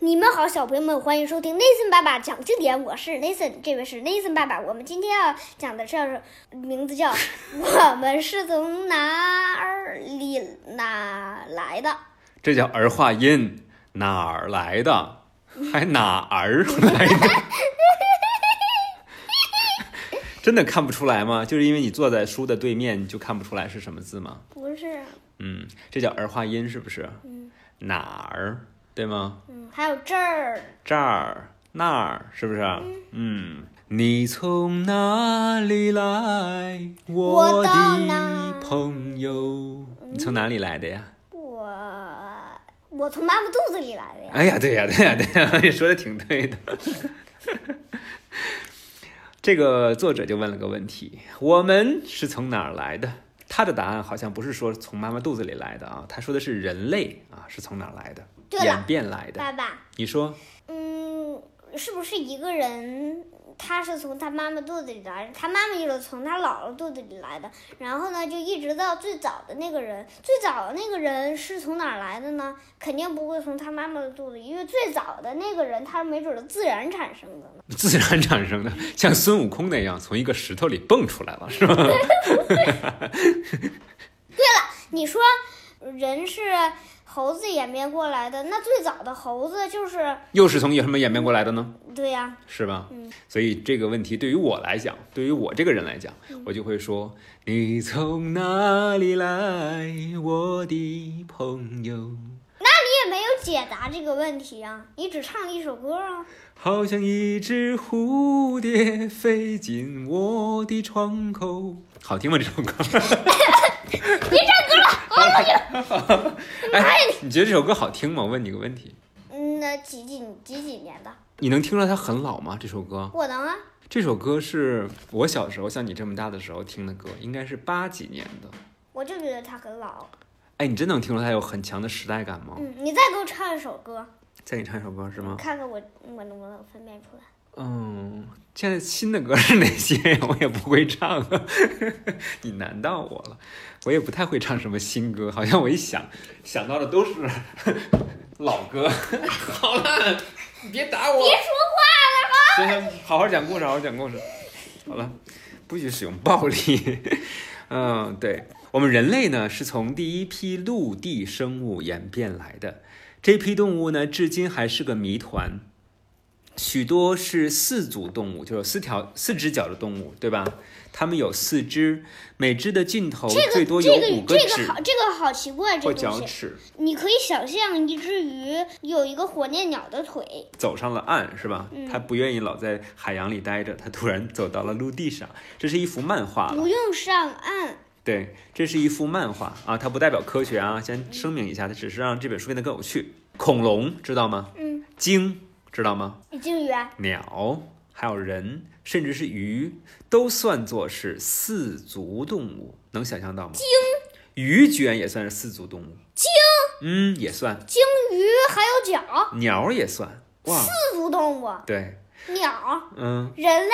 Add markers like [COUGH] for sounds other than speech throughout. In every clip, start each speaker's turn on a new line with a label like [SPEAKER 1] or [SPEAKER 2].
[SPEAKER 1] 你们好，小朋友们，欢迎收听 Nathan 爸爸讲经典。我是 Nathan，这位是 Nathan 爸爸。我们今天要讲的是名字叫《 [LAUGHS] 我们是从哪里哪来的》。
[SPEAKER 2] 这叫儿化音，哪儿来的？还哪儿来的？ [LAUGHS] 真的看不出来吗？就是因为你坐在书的对面，你就看不出来是什么字吗？
[SPEAKER 1] 不是，
[SPEAKER 2] 嗯，这叫儿化音，是不是？
[SPEAKER 1] 嗯
[SPEAKER 2] 哪儿，对吗？
[SPEAKER 1] 嗯，还有这儿，
[SPEAKER 2] 这儿那儿，是不是？嗯，你从哪里来，
[SPEAKER 1] 我到哪
[SPEAKER 2] 的朋友？你从哪里来的呀？
[SPEAKER 1] 我我从妈妈肚子里来的呀。
[SPEAKER 2] 哎呀，对呀，对呀，对呀，你说的挺对的。这个作者就问了个问题：我们是从哪儿来的？他的答案好像不是说从妈妈肚子里来的啊，他说的是人类啊是从哪儿来的，
[SPEAKER 1] 对了
[SPEAKER 2] 演变来的。
[SPEAKER 1] 爸爸，
[SPEAKER 2] 你说
[SPEAKER 1] 嗯，是不是一个人？他是从他妈妈肚子里来的，他妈妈就是从他姥姥肚子里来的，然后呢，就一直到最早的那个人，最早的那个人是从哪儿来的呢？肯定不会从他妈妈的肚子，因为最早的那个人他没准儿自然产生的呢。
[SPEAKER 2] 自然产生的，像孙悟空那样从一个石头里蹦出来了，
[SPEAKER 1] [LAUGHS]
[SPEAKER 2] 是吧？
[SPEAKER 1] 你说，人是猴子演变过来的，那最早的猴子就是
[SPEAKER 2] 又是从什么演变过来的呢？
[SPEAKER 1] 对呀、
[SPEAKER 2] 是吧？
[SPEAKER 1] 嗯
[SPEAKER 2] 所以这个问题对于我来讲，对于我这个人来讲，我就会说：你从哪里来，我的朋友？
[SPEAKER 1] 你也没有解答这个问题啊，你只唱了一首歌啊。
[SPEAKER 2] 好像一只蝴蝶飞进我的窗口。好听吗？ [LAUGHS] 这首歌？别唱歌了，我哎，你觉得这首歌好听吗？我问你个问题，
[SPEAKER 1] 嗯，那几几几几年的？
[SPEAKER 2] 你能听出来它很老吗？这首歌？
[SPEAKER 1] 我能啊，
[SPEAKER 2] 这首歌是我小时候像你这么大的时候听的歌，应该是八几年的。
[SPEAKER 1] 我就觉得它很老。
[SPEAKER 2] 哎，你真能听出它有很强的时代感吗？
[SPEAKER 1] 嗯，你再给我唱一首歌，
[SPEAKER 2] 再给你唱一首歌是吗？
[SPEAKER 1] 看看我我能不能分辨出来。
[SPEAKER 2] 嗯，现在新的歌是哪些呀？我也不会唱， [LAUGHS] 你难到我了。我也不太会唱什么新歌，好像我一想想到的都是 [LAUGHS] 老歌。 [LAUGHS] 好了，你别打我。别说话了吗？行行，好好讲故事，好好讲故事。好了，不许使用暴力。 [LAUGHS] 嗯，对我们人类呢，是从第一批陆地生物演变来的。这批动物呢，至今还是个谜团。许多是四足动物，就是四条四只脚的动物，对吧？它们有四肢，每只的尽头最多有
[SPEAKER 1] 这个
[SPEAKER 2] 五
[SPEAKER 1] 这个
[SPEAKER 2] 指
[SPEAKER 1] 好，这个好奇怪，
[SPEAKER 2] 或
[SPEAKER 1] 这
[SPEAKER 2] 脚
[SPEAKER 1] 东西。
[SPEAKER 2] 趾，
[SPEAKER 1] 你可以想象一只鱼有一个火烈鸟的腿，
[SPEAKER 2] 走上了岸，是吧？
[SPEAKER 1] 嗯
[SPEAKER 2] 它不愿意老在海洋里待着，它突然走到了陆地上。这是一幅漫画了，
[SPEAKER 1] 不用上岸。
[SPEAKER 2] 对，这是一幅漫画啊，它不代表科学啊，先声明一下，它只是让这本书变得更有趣。恐龙知道吗？
[SPEAKER 1] 嗯，
[SPEAKER 2] 鲸知道吗？
[SPEAKER 1] 鲸鱼啊，
[SPEAKER 2] 鸟，还有人，甚至是鱼，都算作是四足动物，能想象到吗？鲸，鱼居然也算是四足动物。鲸，嗯，也算，
[SPEAKER 1] 鲸鱼还有脚，
[SPEAKER 2] 鸟儿也算，哇，
[SPEAKER 1] 四足动物，
[SPEAKER 2] 对，
[SPEAKER 1] 鸟、
[SPEAKER 2] 嗯，
[SPEAKER 1] 人类。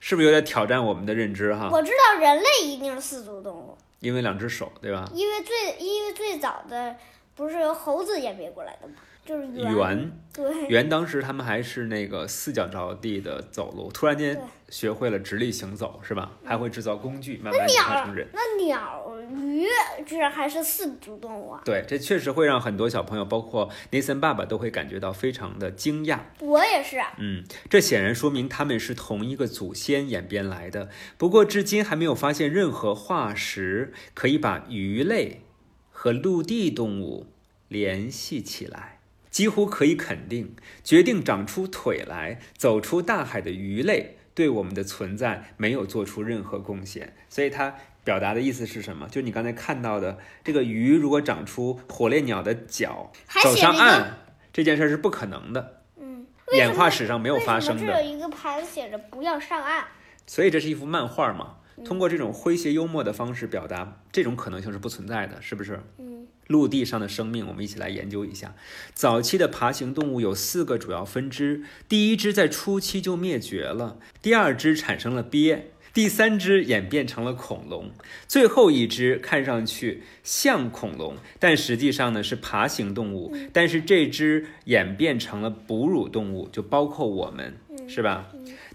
[SPEAKER 2] 是不是有点挑战我们的认知哈？
[SPEAKER 1] 我知道人类一定是四足动物，
[SPEAKER 2] 因为两只手，对吧？
[SPEAKER 1] 因为最因为最早的不是由猴子演变过来的嘛，就是
[SPEAKER 2] 猿，
[SPEAKER 1] 对，
[SPEAKER 2] 猿当时他们还是那个四脚着地的走路，突然间
[SPEAKER 1] 对
[SPEAKER 2] 学会了直立行走，是吧？还会制造工具，慢
[SPEAKER 1] 那
[SPEAKER 2] 慢演化
[SPEAKER 1] 鸟
[SPEAKER 2] 成人。，
[SPEAKER 1] 那鸟鱼居然还是四足动物啊！
[SPEAKER 2] 对，这确实会让很多小朋友，包括 Nathan 爸爸，都会感觉到非常的惊讶。
[SPEAKER 1] 我也是啊，
[SPEAKER 2] 嗯，这显然说明他们是同一个祖先演变来的。不过，至今还没有发现任何化石可以把鱼类和陆地动物联系起来。几乎可以肯定，决定长出腿来、走出大海的鱼类，对我们的存在没有做出任何贡献。所以，它表达的意思是什么？就你刚才看到的，这个鱼如果长出火烈鸟的脚，
[SPEAKER 1] 还
[SPEAKER 2] 走
[SPEAKER 1] 写
[SPEAKER 2] 上
[SPEAKER 1] 了一个
[SPEAKER 2] 岸，这件事儿是不可能的。
[SPEAKER 1] 嗯，
[SPEAKER 2] 演化史上没有
[SPEAKER 1] 为
[SPEAKER 2] 发
[SPEAKER 1] 什么
[SPEAKER 2] 生
[SPEAKER 1] 这
[SPEAKER 2] 的，
[SPEAKER 1] 有一个牌子写着“不要上岸
[SPEAKER 2] 所以这是一幅漫画嘛。
[SPEAKER 1] 嗯
[SPEAKER 2] 通过这种诙谐幽默的方式表达，这种可能性是不存在的，是不是？”？
[SPEAKER 1] 嗯，
[SPEAKER 2] 陆地上的生命，我们一起来研究一下。早期的爬行动物有四个主要分支，第一支在初期就灭绝了，第二支产生了鳖，第三只演变成了恐龙，最后一只看上去像恐龙，但实际上呢是爬行动物。
[SPEAKER 1] 嗯
[SPEAKER 2] 但是这只演变成了哺乳动物，就包括我们，
[SPEAKER 1] 嗯
[SPEAKER 2] 是吧？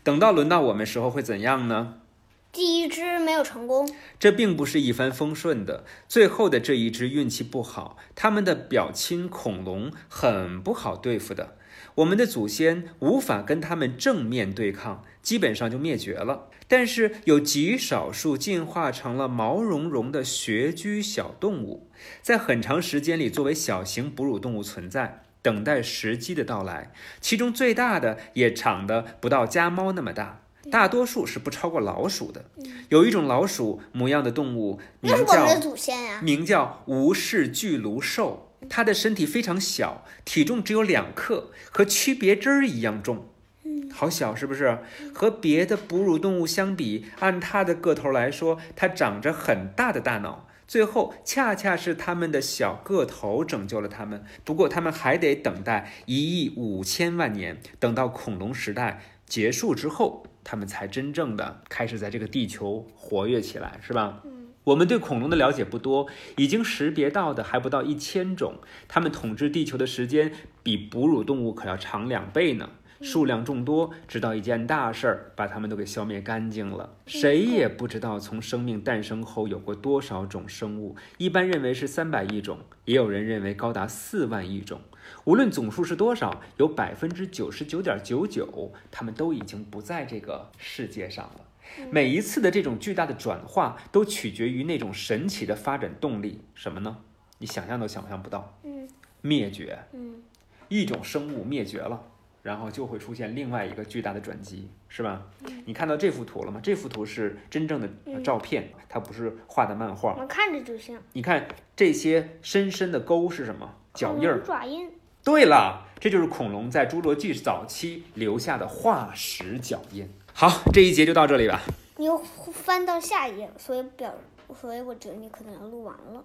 [SPEAKER 2] 等到轮到我们时候会怎样呢？
[SPEAKER 1] 第一只没有成功，
[SPEAKER 2] 这并不是一帆风顺的。最后的这一只运气不好，他们的表亲恐龙很不好对付的。我们的祖先无法跟他们正面对抗，基本上就灭绝了。但是有极少数进化成了毛茸茸的穴居小动物，在很长时间里作为小型哺乳动物存在，等待时机的到来。其中最大的也长得不到家猫那么大，大多数是不超过老鼠的。有一种老鼠模样的动物，名
[SPEAKER 1] 那嗯是我
[SPEAKER 2] 叫
[SPEAKER 1] 们的祖先呀、
[SPEAKER 2] 名叫无氏巨颅兽。它的身体非常小，体重只有两克，和区别针儿一样重。好小是不是？和别的哺乳动物相比，按它的个头来说，它长着很大的大脑。最后，恰恰是它们的小个头拯救了它们。不过，它们还得等待一亿五千万年，等到恐龙时代结束之后，它们才真正的开始在这个地球活跃起来，是吧？我们对恐龙的了解不多，已经识别到的还不到一千种。它们统治地球的时间比哺乳动物可要长两倍呢，数量众多，直到一件大事儿把它们都给消灭干净了。谁也不知道从生命诞生后有过多少种生物，一般认为是三百亿种，也有人认为高达四万亿种。无论总数是多少，有百分之九十九点九九，它们都已经不在这个世界上了。
[SPEAKER 1] 嗯
[SPEAKER 2] 每一次的这种巨大的转化，都取决于那种神奇的发展动力，什么呢？你想象都想象不到。
[SPEAKER 1] 嗯，
[SPEAKER 2] 灭绝，
[SPEAKER 1] 嗯，
[SPEAKER 2] 一种生物灭绝了，然后就会出现另外一个巨大的转机，是吧？你看到这幅图了吗？这幅图是真正的
[SPEAKER 1] 嗯
[SPEAKER 2] 照片，它不是画的漫画。
[SPEAKER 1] 我看着就行。
[SPEAKER 2] 你看这些深深的沟是什么？脚印
[SPEAKER 1] 恐
[SPEAKER 2] 儿。
[SPEAKER 1] 龙爪印，
[SPEAKER 2] 对了，这就是恐龙在侏罗纪早期留下的化石脚印。好，这一节就到这里吧。
[SPEAKER 1] 你又翻到下一页，所以表，所以我觉得你可能要录完了。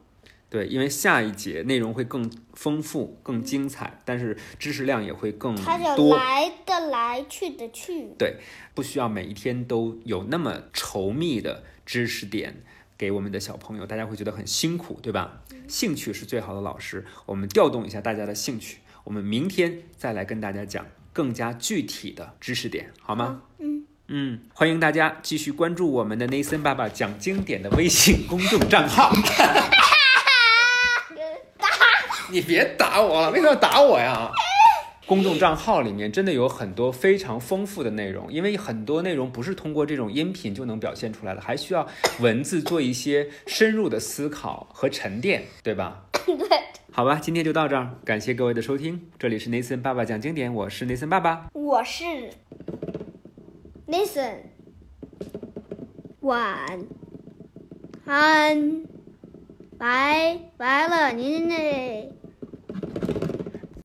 [SPEAKER 2] 对，因为下一节内容会更丰富、更精彩，但是知识量也会更
[SPEAKER 1] 它叫
[SPEAKER 2] 嗯多，
[SPEAKER 1] 来的来，去的去。 [LAUGHS]
[SPEAKER 2] 不需要每一天都有那么稠密的知识点给我们的小朋友，大家会觉得很辛苦，对吧？兴趣是最好的老师，我们调动一下大家的兴趣，我们明天再来跟大家讲更加具体的知识点，好吗？
[SPEAKER 1] 嗯
[SPEAKER 2] 嗯，欢迎大家继续关注我们的 Nathan 爸爸讲经典的微信公众账号。 [LAUGHS] 你别打我了，为什么要打我呀？公众账号里面真的有很多非常丰富的内容，因为很多内容不是通过这种音频就能表现出来的，还需要文字做一些深入的思考和沉淀，对吧？
[SPEAKER 1] 对，
[SPEAKER 2] 好吧，今天就到这儿，感谢各位的收听，这里是 Nathan 爸爸讲经典，我是 Nathan 爸爸，
[SPEAKER 1] 我是 Listen，晚安，拜拜了，您嘞。